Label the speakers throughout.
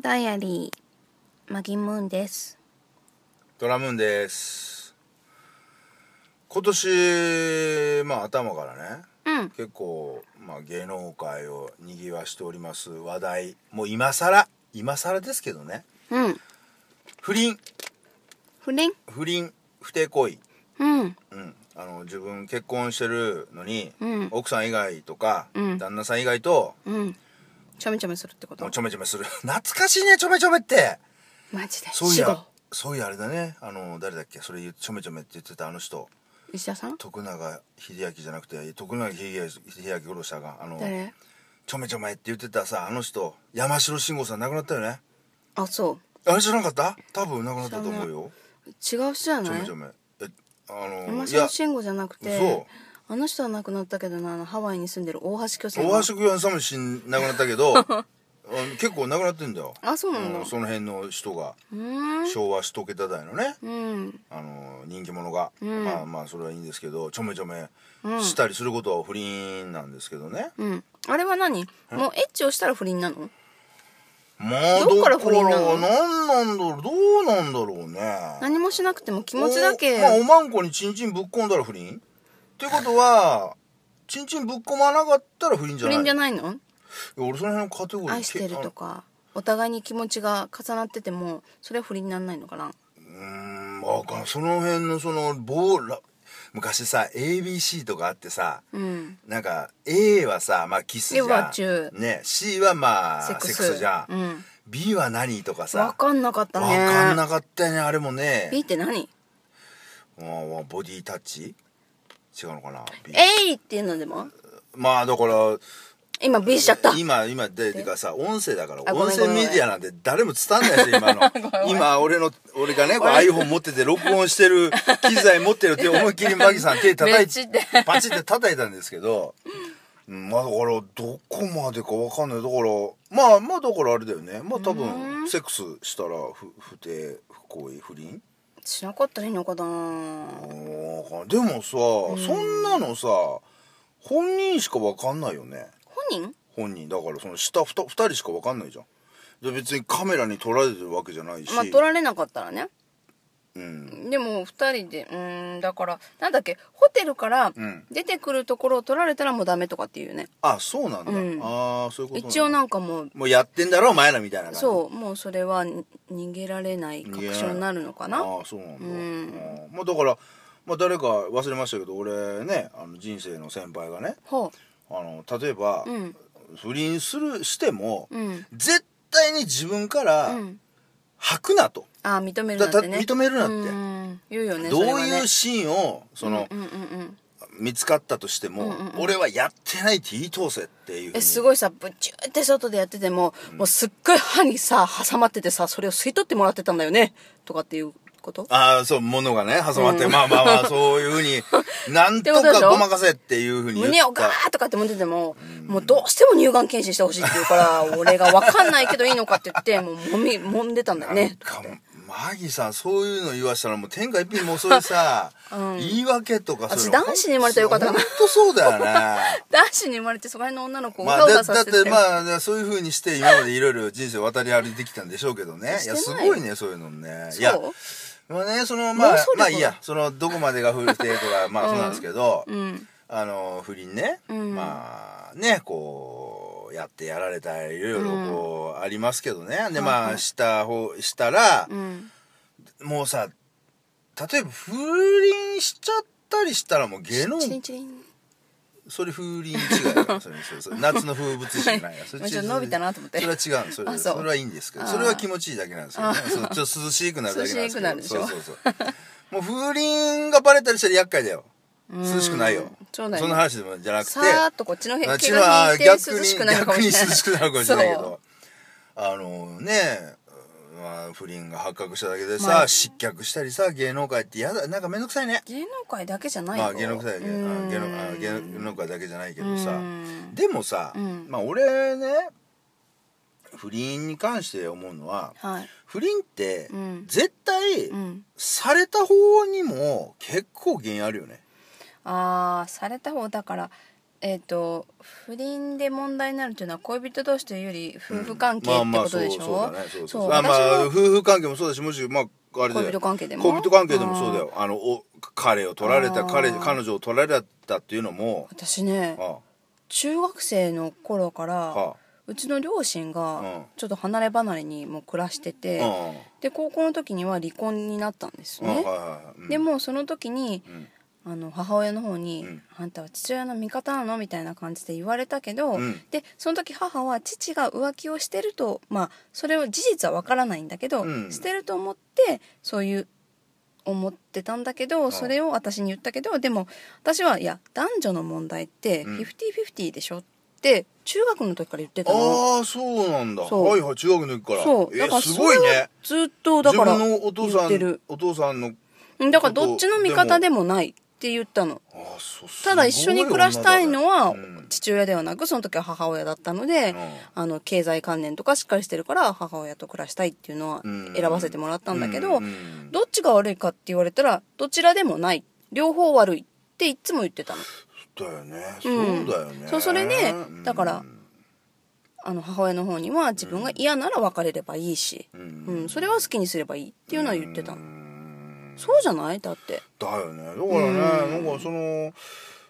Speaker 1: ダイアリーマギムーンです
Speaker 2: ドラムーンです今年まあ頭からね
Speaker 1: うん
Speaker 2: 結構、まあ、芸能界をにぎわしております話題もう今更今更ですけどね
Speaker 1: うん
Speaker 2: 不倫
Speaker 1: 不倫
Speaker 2: 不倫不貞行為、
Speaker 1: うん
Speaker 2: うん、あの自分結婚してるのに、
Speaker 1: うん
Speaker 2: 奥さん以外とか、
Speaker 1: うん
Speaker 2: 旦那さん以外と
Speaker 1: うんちょめちょめするってこ
Speaker 2: も
Speaker 1: と
Speaker 2: うちょめちょめする 懐かしいねちょめちょめって
Speaker 1: マジで
Speaker 2: そうい
Speaker 1: 死後
Speaker 2: やそういやあれだねあの誰だっけそれ言うちょめちょめって言ってたあの人
Speaker 1: 石田さん
Speaker 2: 徳永英明じゃなくて徳永英明秀明殺したがあの
Speaker 1: 誰
Speaker 2: ちょめちょめって言ってたさあの人山城慎吾さん亡くなったよね
Speaker 1: あそ
Speaker 2: あれ知らなかった多分亡くなったと思うよ
Speaker 1: う違う人じゃ
Speaker 2: ちょ
Speaker 1: な
Speaker 2: め
Speaker 1: い
Speaker 2: ちょめえあの
Speaker 1: 山
Speaker 2: いや
Speaker 1: 城慎吾じゃなくて
Speaker 2: そ
Speaker 1: あの人は亡くなったけどなあのハワイに住んでる大橋巨泉
Speaker 2: 大橋君さんも死ん亡くなった けどあ結構亡くなってんだよ
Speaker 1: あそうなんだ
Speaker 2: その辺の人が
Speaker 1: うーん
Speaker 2: 昭和一桁台のね
Speaker 1: うん
Speaker 2: あの人気者が、
Speaker 1: ん
Speaker 2: まあまあそれはいいんですけどちょめちょめしたりすることは不倫なんですけどね、
Speaker 1: うんあれは何もうエッチをしたら不倫なの
Speaker 2: まあ
Speaker 1: どっか
Speaker 2: どからら
Speaker 1: 不倫なの
Speaker 2: 何なんだろうどうなんだろうね
Speaker 1: 何もしなくても気持ちだけ
Speaker 2: おまあおまんこにチンチンぶっ込んだら不倫っていうことはチンチンぶっ込まなかったら不倫じ
Speaker 1: 不
Speaker 2: ゃない
Speaker 1: 倫じゃ
Speaker 2: い
Speaker 1: ないの
Speaker 2: や俺その辺のカテゴリー
Speaker 1: 愛してるとかお互いに気持ちが重なっててもそれは不倫になんないのかな
Speaker 2: うーんわかんないその辺のその棒ら昔さ ABC とかあってさ
Speaker 1: うん
Speaker 2: なんか A はさまあキスじゃん
Speaker 1: では中
Speaker 2: ね C はまあ
Speaker 1: セ
Speaker 2: セ
Speaker 1: ッ
Speaker 2: ッ
Speaker 1: ク
Speaker 2: ク
Speaker 1: ス
Speaker 2: スじゃん、
Speaker 1: うん
Speaker 2: B は何とかさ
Speaker 1: 分かんなかったね
Speaker 2: わかんなかったよねあれもね
Speaker 1: B って何
Speaker 2: ああボディタッチ違うのかな B
Speaker 1: えいっていうのでも
Speaker 2: まあだから
Speaker 1: 今 B しちゃった
Speaker 2: 今今でてかさ音声だから
Speaker 1: あご
Speaker 2: 音
Speaker 1: めんごめん
Speaker 2: 声メディアなんて誰も伝わんないですよ 今の今俺の俺がねこう iPhone 持ってて録音してる機材持ってる って思いっきりマギさん手叩
Speaker 1: めっ
Speaker 2: い
Speaker 1: ちゃ
Speaker 2: て
Speaker 1: 痛
Speaker 2: パチって叩いたんですけどうんまあだからどこまでかわかんないだからまあまあだからあれだよねまあ多分セックスしたら不不定不行為不倫
Speaker 1: しなかったらいいのかな
Speaker 2: うんでもさ、そんなのさ本人しかわかんないよね
Speaker 1: 本人
Speaker 2: 本人だからその下 2, 人しか分かんないじゃんで別にカメラに撮られてるわけじゃないし、
Speaker 1: まあ取られなかったらね
Speaker 2: うん
Speaker 1: でも2人でうーんだからなんだっけホテルから
Speaker 2: うん
Speaker 1: 出てくるところを取られたらもうダメとかっていうね
Speaker 2: あそうなんだ、
Speaker 1: うん
Speaker 2: ああそういうこと
Speaker 1: 一応
Speaker 2: な
Speaker 1: なんかもう
Speaker 2: もうやってんだろお前らみたいな感じ
Speaker 1: そうもうそれはに逃げられない確証になるのかな
Speaker 2: ああそうなんだ、
Speaker 1: うん
Speaker 2: あーまあだから、まあ、誰か忘れましたけど俺ねあの人生の先輩がね
Speaker 1: ほ
Speaker 2: あの例えば、
Speaker 1: ううん
Speaker 2: 不倫するしても、
Speaker 1: うん
Speaker 2: 絶対に自分から
Speaker 1: うん
Speaker 2: 吐くなと、
Speaker 1: ああ認めるなってね
Speaker 2: だだ認めるなって
Speaker 1: うん言うよね
Speaker 2: どう
Speaker 1: それはね
Speaker 2: いうシーンをその、
Speaker 1: うんうんうん
Speaker 2: 見つかったとしても、
Speaker 1: うんうんうん
Speaker 2: 俺はやってないって言い通せっていうふうに
Speaker 1: えすごいさぶちゅーって外でやってても、もうすっごい歯にさ挟まっててさそれを吸い取ってもらってたんだよねとかっていうこと
Speaker 2: ああそう物がね挟まって、まあまあまあそういうふ うにな
Speaker 1: っ
Speaker 2: んと
Speaker 1: てことでしょ
Speaker 2: かごまかせっていうふうに言った
Speaker 1: 胸をガーッとかって持ってても、もうどうしても乳がん検診してほしいって言う から、俺がわかんないけどいいのかって言って、もう揉み、揉んでたんだよ
Speaker 2: なん
Speaker 1: ね。
Speaker 2: かマギさんそういうの言わしたらもう天下一品もうそういうさ、言い訳とかそういうの
Speaker 1: 私男子に生まれたらよかったな
Speaker 2: 本当そうだよね
Speaker 1: 男子に生まれてそこら辺の女の子をう
Speaker 2: ま
Speaker 1: が
Speaker 2: あ、
Speaker 1: うが
Speaker 2: だ
Speaker 1: さ
Speaker 2: だ
Speaker 1: せ
Speaker 2: って
Speaker 1: たよ
Speaker 2: てまあそういうふうにして今までいろいろ人生渡り歩いてきたんでしょうけどねいや
Speaker 1: して
Speaker 2: す
Speaker 1: ない
Speaker 2: ごいねそういうのね
Speaker 1: そう
Speaker 2: いやまあねそのま
Speaker 1: 妄
Speaker 2: あ
Speaker 1: 想力
Speaker 2: まあいいやそのどこまでが不定とか まあそうなんですけど、
Speaker 1: ん
Speaker 2: あの不倫ね、
Speaker 1: ん
Speaker 2: まあねこうやってやられたりいろいろこうありますけどね、でまあした方したら、
Speaker 1: うん。
Speaker 2: もうさ例えば不倫しちゃったりしたらもう芸能
Speaker 1: チリンチリン。
Speaker 2: それ風鈴違い だよそれそれそれ夏の風物詩じゃないよそ
Speaker 1: もう
Speaker 2: れ
Speaker 1: ちょっと伸びたなと思って
Speaker 2: それは違うのそれ
Speaker 1: あ
Speaker 2: そ
Speaker 1: そう
Speaker 2: れはいいんですけど
Speaker 1: あー
Speaker 2: それは気持ちいいだけなんですけどねそうちょっと涼しくなるだけなんですけど
Speaker 1: 涼しくなるでしょ
Speaker 2: そうそうそうもう風鈴がバレたりしたら厄介だよ涼しくないよ
Speaker 1: そうだよね
Speaker 2: んな話でもじゃなくて
Speaker 1: さーっとこっちの辺、
Speaker 2: あ
Speaker 1: 毛
Speaker 2: ち
Speaker 1: が
Speaker 2: は
Speaker 1: 引いて涼
Speaker 2: 逆に
Speaker 1: しくなるかもしれない。
Speaker 2: 逆に涼しくなるかもしれないけ
Speaker 1: そう
Speaker 2: どあのねまあ、不倫が発覚しただけでさ、
Speaker 1: まあ
Speaker 2: 失脚したりさ芸能界ってやだなんかめんどくさいね
Speaker 1: 芸能界だけじゃないよ。
Speaker 2: まあ芸能界だけ
Speaker 1: う
Speaker 2: あ
Speaker 1: ん
Speaker 2: 芸能あ芸能界だけじゃないけど
Speaker 1: う
Speaker 2: さ
Speaker 1: ん
Speaker 2: でもさ、
Speaker 1: うん
Speaker 2: まあ俺ね不倫に関して思うのは
Speaker 1: はい。
Speaker 2: 不倫って
Speaker 1: うん
Speaker 2: 絶対
Speaker 1: うん。
Speaker 2: された方にも結構原因あるよね
Speaker 1: ああ、された方だから、えっ、と不倫で問題になるっていうのは恋人同士というより夫婦関係ってことでしょ、
Speaker 2: まあまあそうそうだねそうそう
Speaker 1: 私
Speaker 2: あ
Speaker 1: も
Speaker 2: まあ夫婦関係もそうだしもしまああれだよ
Speaker 1: 恋人関係でも
Speaker 2: 恋人関係でもそうだよあのお彼を取られた彼彼女を取られたっていうのも
Speaker 1: 私ね
Speaker 2: あ
Speaker 1: 中学生の頃から、
Speaker 2: はあ
Speaker 1: うちの両親
Speaker 2: うん
Speaker 1: がちょっと離れ離れにもう暮らしてて、
Speaker 2: うん
Speaker 1: で高校の時には離婚になったんです
Speaker 2: うんは
Speaker 1: ね
Speaker 2: い、はいはいうん
Speaker 1: でもその時に、あの母親の方に、
Speaker 2: ん
Speaker 1: あんたは父親の味方なの?」みたいな感じで言われたけど、
Speaker 2: うん
Speaker 1: でその時母は父が浮気をしてるとまあそれを事実はわからないんだけど、
Speaker 2: うん
Speaker 1: してると思ってそういう思ってたんだけどそれを私に言ったけどでも私はいや男女の問題って
Speaker 2: うん
Speaker 1: 50/50でしょって中学の時から言ってたの。
Speaker 2: ああそうなんだ
Speaker 1: そう
Speaker 2: はいはい中学の時から
Speaker 1: そう
Speaker 2: え
Speaker 1: だから
Speaker 2: す
Speaker 1: そ
Speaker 2: ごい
Speaker 1: れは
Speaker 2: ね
Speaker 1: ずっとだ
Speaker 2: 自
Speaker 1: から
Speaker 2: 分のお父
Speaker 1: 言
Speaker 2: さ
Speaker 1: ってる
Speaker 2: んお父さんの
Speaker 1: うんだからどっちの味方でもないって言ったの
Speaker 2: あーそうすごい
Speaker 1: ただ一緒に暮らしたいのは
Speaker 2: 女だねうん
Speaker 1: 父親ではなくその時は母親だったので、
Speaker 2: うん
Speaker 1: あの経済関連とかしっかりしてるから母親と暮らしたいっていうのは
Speaker 2: うん
Speaker 1: 選ばせてもらったんだけ
Speaker 2: う
Speaker 1: ど
Speaker 2: んうん
Speaker 1: どっちが悪いかって言われたらどちらでもない両方悪いっていつも言ってたの
Speaker 2: だよねそ
Speaker 1: うん
Speaker 2: うだよね
Speaker 1: そうそれで
Speaker 2: うん
Speaker 1: だからあの母親の方には自分が嫌なら別れればいいし、
Speaker 2: う
Speaker 1: うんん、それは好きにすればいいっていうのは言ってた
Speaker 2: う
Speaker 1: の
Speaker 2: ん
Speaker 1: そうじゃないだって
Speaker 2: だよねだからねなんかその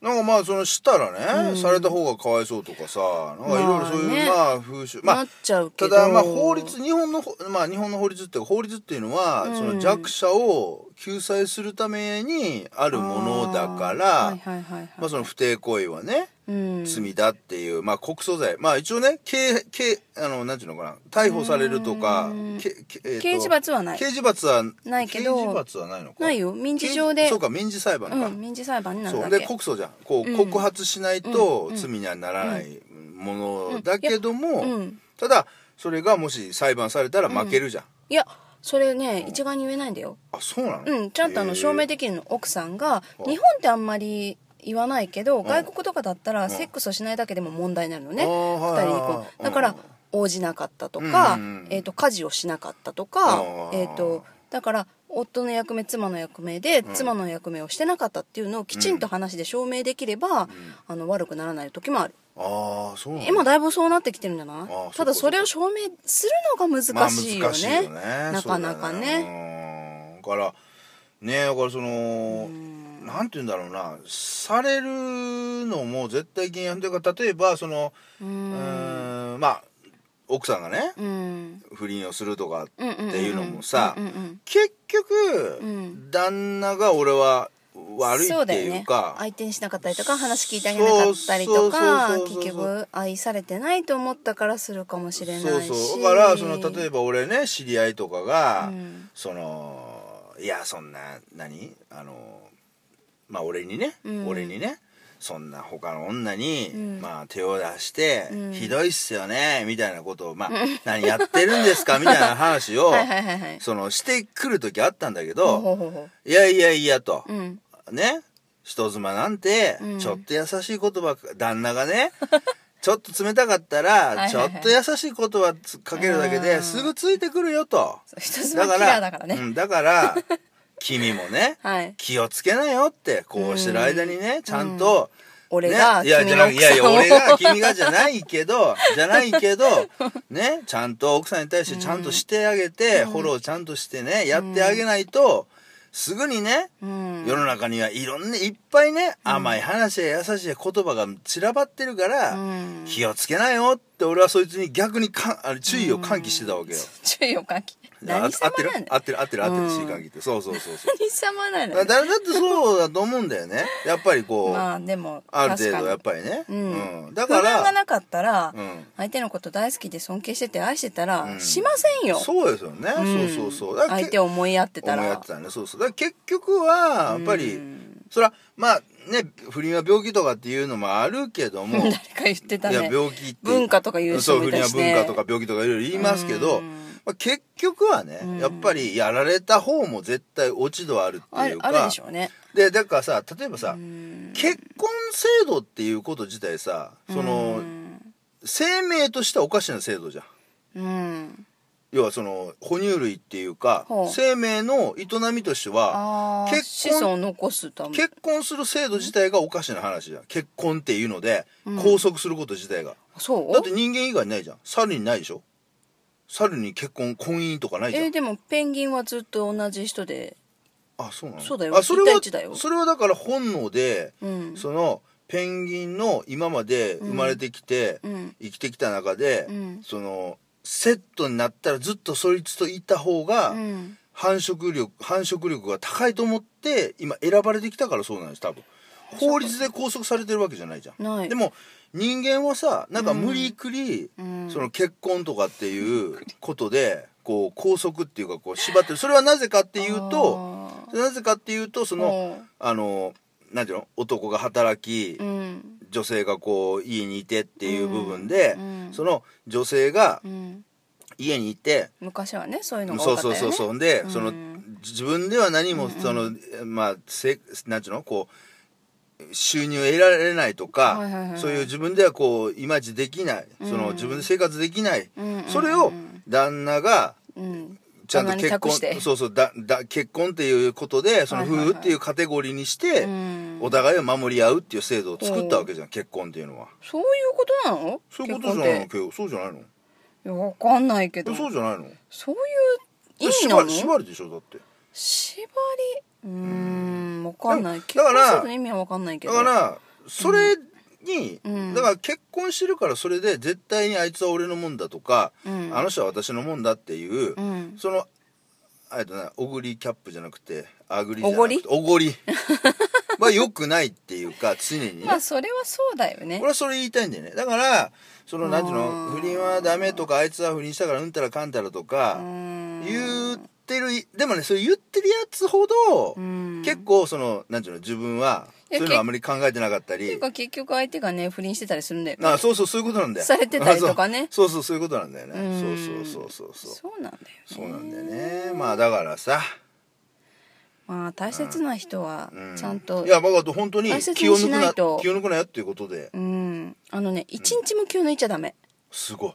Speaker 2: なんかまあそのしたらね、された方がかわいそうとかさなんかいろいろそういう、
Speaker 1: ま
Speaker 2: ま
Speaker 1: あね
Speaker 2: あ風習ま
Speaker 1: な
Speaker 2: あ
Speaker 1: っちゃうけ
Speaker 2: た
Speaker 1: ど
Speaker 2: だまあ法律日本のほまあ日本の法律って法律っていうのは、
Speaker 1: うん
Speaker 2: その弱者を救済するためにあるものだから
Speaker 1: あーはいはいはいはい
Speaker 2: まあその不貞行為はね、
Speaker 1: うん
Speaker 2: 罪だっていうまあ告訴罪まあ一応ね刑刑あのなんていうのかな逮捕されるとか、
Speaker 1: うん
Speaker 2: けけえーと
Speaker 1: 刑事罰はない
Speaker 2: 刑事罰は
Speaker 1: ないけど
Speaker 2: 刑事罰はないのか
Speaker 1: ないよ民事上で
Speaker 2: 刑そうか民事裁判か、
Speaker 1: うん、民事裁判になる
Speaker 2: そ
Speaker 1: だ
Speaker 2: う
Speaker 1: け
Speaker 2: で告訴じゃんこう、
Speaker 1: うん
Speaker 2: 告発しないと罪にはならないものだけども、
Speaker 1: うん
Speaker 2: ただそれがもし裁判されたら負けるじゃん、
Speaker 1: いやそれね一概に言えないんだよ
Speaker 2: あそうなの
Speaker 1: うんちゃんとあの証明できるの奥さんが日本ってあんまり言わないけど外国とかだったらセックスをしないだけでも問題になるのね
Speaker 2: あー
Speaker 1: 2
Speaker 2: はい
Speaker 1: 人
Speaker 2: はい
Speaker 1: に
Speaker 2: はい
Speaker 1: こうだから応じなかったとか、
Speaker 2: うんうんうん
Speaker 1: えー、と家事をしなかったとか
Speaker 2: あー、
Speaker 1: えー、とだから夫の役目妻の役目で妻の役目をしてなかったっていうのをきちんと話で証明できれば、あの悪くならない時もある
Speaker 2: ああそうなの
Speaker 1: 今だいぶそうなってきてるんじゃない
Speaker 2: ー
Speaker 1: ただ
Speaker 2: そ
Speaker 1: そ
Speaker 2: っか
Speaker 1: れを証明するのが難しいよね,、
Speaker 2: まあ難
Speaker 1: な
Speaker 2: しいよ
Speaker 1: かなか
Speaker 2: そう
Speaker 1: ね
Speaker 2: だよねうんだからねだからそのなんて言うんだろうなされるのも絶対禁煙というか例えばその
Speaker 1: う
Speaker 2: うんーんまあ奥さんがね
Speaker 1: うん
Speaker 2: 不倫をするとかって
Speaker 1: うんうんうん
Speaker 2: いうのもさ
Speaker 1: うんうん
Speaker 2: 結局、
Speaker 1: うん
Speaker 2: 旦那が俺は悪い
Speaker 1: そう
Speaker 2: っ
Speaker 1: だ
Speaker 2: て
Speaker 1: よ
Speaker 2: い
Speaker 1: ね
Speaker 2: うか
Speaker 1: 相手にしなかったりとか話聞いてあげなかったりとか
Speaker 2: そうそうそうそうそう
Speaker 1: 結局愛されてないと思ったからするかもしれないし
Speaker 2: そうそうだからその例えば俺ね知り合いとかが、
Speaker 1: うん
Speaker 2: そのいやそんな何あのまあ俺にね、
Speaker 1: うん
Speaker 2: 俺にねそんな他の女に、
Speaker 1: ん
Speaker 2: まあ、手を出して、
Speaker 1: うん
Speaker 2: ひどいっすよねみたいなことを、まあ、何やってるんですかみたいな話を
Speaker 1: はいはいはいはい
Speaker 2: そのしてくる時あったんだけ
Speaker 1: ほ
Speaker 2: ど
Speaker 1: うほうほ
Speaker 2: いやいやいやと
Speaker 1: う、うん
Speaker 2: ね人妻なんて
Speaker 1: うん
Speaker 2: ちょっと優しい言葉か旦那が ねちょっと冷たかった
Speaker 1: いは
Speaker 2: ら
Speaker 1: い
Speaker 2: ちょっと優しい言葉つかけるだけ
Speaker 1: う
Speaker 2: で
Speaker 1: ん
Speaker 2: すぐついてくるよと
Speaker 1: そう人妻キラーだからね
Speaker 2: うん、だから君もね
Speaker 1: はい
Speaker 2: 気をつけなよってこうしてる間にねちゃんと、
Speaker 1: 俺が
Speaker 2: ね、いや
Speaker 1: 君
Speaker 2: じゃ
Speaker 1: の
Speaker 2: なく
Speaker 1: 奥
Speaker 2: いやい
Speaker 1: さ
Speaker 2: や
Speaker 1: んを
Speaker 2: 俺が君がじゃないけどじゃないけどねちゃんと奥さんに対してちゃんとしてあげて、フォローちゃんとしてねやってあげないと、すぐにね
Speaker 1: うん
Speaker 2: 世の中にはいろんないっぱいね甘い話や優しい言葉が散らばってるから、
Speaker 1: うん
Speaker 2: 気をつけなよって俺はそいつに逆にかんあの注意を喚起してたわけよ。
Speaker 1: 注意を喚起
Speaker 2: あ合
Speaker 1: 何様
Speaker 2: ってる
Speaker 1: なの
Speaker 2: 合ってる合ってる合って
Speaker 1: うん
Speaker 2: る注意喚起ってそうそうそうそう。
Speaker 1: 何様なの
Speaker 2: だだだってそうだと思うんだよねやっぱりこう、
Speaker 1: まあでも
Speaker 2: ある程
Speaker 1: 確
Speaker 2: 度
Speaker 1: か
Speaker 2: やっ
Speaker 1: に
Speaker 2: ぱりね。
Speaker 1: うん
Speaker 2: だか
Speaker 1: 不満が
Speaker 2: ら
Speaker 1: なかったら、
Speaker 2: うん
Speaker 1: 相手のこと大好きで尊敬してて愛してたら、
Speaker 2: うん
Speaker 1: しませんよ
Speaker 2: そうですよね、
Speaker 1: うん
Speaker 2: そうそうそうだからけ
Speaker 1: 相手を思いやってたら
Speaker 2: 思いやってたねそうそうだから結局はやっぱり、
Speaker 1: うん
Speaker 2: それはまあね不倫は病気とかっていうのもあるけども
Speaker 1: 誰か言ってた
Speaker 2: いや
Speaker 1: ね
Speaker 2: 病気って
Speaker 1: 文化とか言う人
Speaker 2: そう
Speaker 1: もい
Speaker 2: 不
Speaker 1: た
Speaker 2: 倫は
Speaker 1: しね
Speaker 2: 文化とか病気とかいろいろ言いますけ
Speaker 1: う
Speaker 2: ど、
Speaker 1: ん
Speaker 2: まあ、結局はね、
Speaker 1: ん
Speaker 2: やっぱりやられた方も絶対落ち度あるっ
Speaker 1: あ
Speaker 2: てい
Speaker 1: る
Speaker 2: うか
Speaker 1: あるでしょうね
Speaker 2: でだからさ例えばさ、
Speaker 1: うん
Speaker 2: 結婚制度っていうこと自体さその、
Speaker 1: うん
Speaker 2: 生命としてはおかしな制度じゃん
Speaker 1: うん
Speaker 2: 要はその哺乳類っていうか
Speaker 1: ほう
Speaker 2: 生命の営みとしては
Speaker 1: ああ
Speaker 2: 結
Speaker 1: 子
Speaker 2: 婚
Speaker 1: 孫を残すため
Speaker 2: 結婚する制度自体がおかしな話じゃん結婚っていうので
Speaker 1: うん
Speaker 2: 拘束すること自体が、
Speaker 1: そう
Speaker 2: だって人間以外にないじゃん猿にないでしょ猿に結婚婚姻とかないじゃん、
Speaker 1: えーでもペンギンはずっと同じ人で
Speaker 2: あそうなの
Speaker 1: そうだよ
Speaker 2: あそれ
Speaker 1: 一対
Speaker 2: は
Speaker 1: 一だよ
Speaker 2: それはだから本能で、
Speaker 1: うん
Speaker 2: そのペンギンの今まで生まれてきて、
Speaker 1: うん
Speaker 2: 生きてきた中で、
Speaker 1: うん
Speaker 2: そのセットになったらずっとそいつといた方が、
Speaker 1: うん
Speaker 2: 繁殖力繁殖力が高いと思って今選ばれてきたからそうなんです多分法律で拘束されてるわけじゃないじゃん、
Speaker 1: ない
Speaker 2: でも人間はさなんか無理くり、
Speaker 1: うん
Speaker 2: その結婚とかっていうことでこう拘束っていうかこう縛ってるそれはなぜかっていうと
Speaker 1: あ
Speaker 2: なぜかっていうとそ
Speaker 1: ー
Speaker 2: のあの何ていうの男が働き、
Speaker 1: うん
Speaker 2: 女性がこう家にいてっていう部分で、
Speaker 1: うん
Speaker 2: その女性が
Speaker 1: うん
Speaker 2: 家にいて、
Speaker 1: 昔はねそういうのが
Speaker 2: そ
Speaker 1: 多
Speaker 2: う
Speaker 1: かった
Speaker 2: そ
Speaker 1: よ
Speaker 2: う
Speaker 1: ね
Speaker 2: そうそうで、
Speaker 1: うん
Speaker 2: その自分では何もその、まあせなんちゅうのこう収入を得られないとか、
Speaker 1: はいはいはい
Speaker 2: そういう自分ではこういまいちできない、その
Speaker 1: うん
Speaker 2: 自分で生活できない、
Speaker 1: うんうんうん
Speaker 2: それを旦那が
Speaker 1: うん
Speaker 2: ちゃんと
Speaker 1: 旦那
Speaker 2: 結
Speaker 1: に託
Speaker 2: 婚
Speaker 1: して
Speaker 2: そうそうだだ結婚っていうことでその
Speaker 1: はい
Speaker 2: 夫
Speaker 1: はいはい
Speaker 2: 婦っていうカテゴリーにして、
Speaker 1: うん
Speaker 2: お互いを守り合うっていう制度を作ったわけじゃん結婚っていうのは
Speaker 1: そういうことなの
Speaker 2: そういうことじゃないの
Speaker 1: 結
Speaker 2: けどそうじゃないの
Speaker 1: 婚っていやわかんないけど
Speaker 2: えそうじゃないの
Speaker 1: そういう意味な
Speaker 2: 縛
Speaker 1: の
Speaker 2: り縛りでしょだって
Speaker 1: 縛りうーんわかんない
Speaker 2: でも
Speaker 1: 結
Speaker 2: だから
Speaker 1: 婚するの意味はわかんないけ
Speaker 2: だ
Speaker 1: ど
Speaker 2: からそれに、
Speaker 1: うん
Speaker 2: だから結婚してるからそれで絶対にあいつは俺のもんだとか、
Speaker 1: うん
Speaker 2: あの人は私のもんだっていう、
Speaker 1: うん
Speaker 2: そのあれだなおごりキャップじゃなくてあぐりじゃなくて
Speaker 1: おごり
Speaker 2: おごり は良くないっていうか常にね、
Speaker 1: まあそれはそうだよね
Speaker 2: 俺はそれ言いたいんだよねだからそのなんていうの
Speaker 1: あー
Speaker 2: 不倫はダメとかあいつは不倫したからうんたらかんたらと
Speaker 1: う
Speaker 2: か
Speaker 1: ん
Speaker 2: 言ってるでもねそれ言ってるやつほど、
Speaker 1: うん
Speaker 2: 結構そのなんていうの自分はそ
Speaker 1: いうや
Speaker 2: いうのはあまり考えてなかった
Speaker 1: ってい
Speaker 2: り
Speaker 1: うか結局相手がね不倫してたりするんだよね
Speaker 2: あそうそうそういうことなんだよ
Speaker 1: されてたりとかね
Speaker 2: あ そうそうそうそういうことなんだよね
Speaker 1: うん
Speaker 2: そうそうそうそうそう
Speaker 1: そうなんだよね
Speaker 2: そうなんだよねまあだからさ
Speaker 1: まあ大切な人は
Speaker 2: う
Speaker 1: ちゃんと
Speaker 2: いや僕は本当に
Speaker 1: 大切に
Speaker 2: 気を抜く
Speaker 1: しな
Speaker 2: ない
Speaker 1: と
Speaker 2: 気を抜くなよっていうことで
Speaker 1: うんあのね一日も気を抜いちゃダメ
Speaker 2: すごい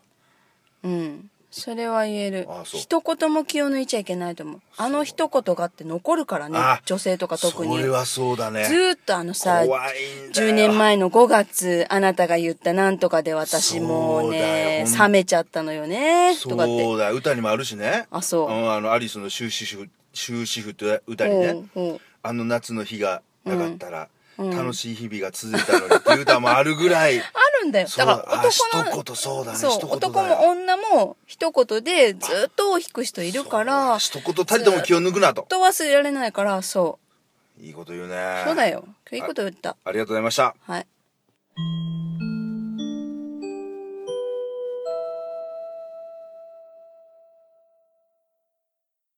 Speaker 1: うんそれは言える
Speaker 2: あそう
Speaker 1: 一言も気を抜いちゃいけないと思うあの一言があって残るからね
Speaker 2: あ
Speaker 1: 女性とか特に
Speaker 2: それはそうだね
Speaker 1: ずーっとあのさ
Speaker 2: 怖いんだよ
Speaker 1: 10年前の5月あなたが言ったなんとかで私もうね
Speaker 2: そうだよ
Speaker 1: 冷めちゃったのよねとかって
Speaker 2: そうだ歌にもあるしね
Speaker 1: あそうん
Speaker 2: あのアリスの終止符終止符って歌に
Speaker 1: ほ
Speaker 2: ね
Speaker 1: うほう
Speaker 2: あの夏の日がなかったら、
Speaker 1: うんうん
Speaker 2: 楽しい日々が続いたのにっていう歌もあるぐらい
Speaker 1: あ るんだよ
Speaker 2: そ
Speaker 1: だ
Speaker 2: う
Speaker 1: から
Speaker 2: あ
Speaker 1: 男の
Speaker 2: 一言そうだね
Speaker 1: そう
Speaker 2: 一言
Speaker 1: 男
Speaker 2: だよ
Speaker 1: も女も一言でずっと引く人いるから
Speaker 2: そう一言たりとも気を抜くなと
Speaker 1: ずっと忘れられないからそ
Speaker 2: いいこと言うね
Speaker 1: うそうだよ今日いいこと言った
Speaker 2: ありがとうございました
Speaker 1: はい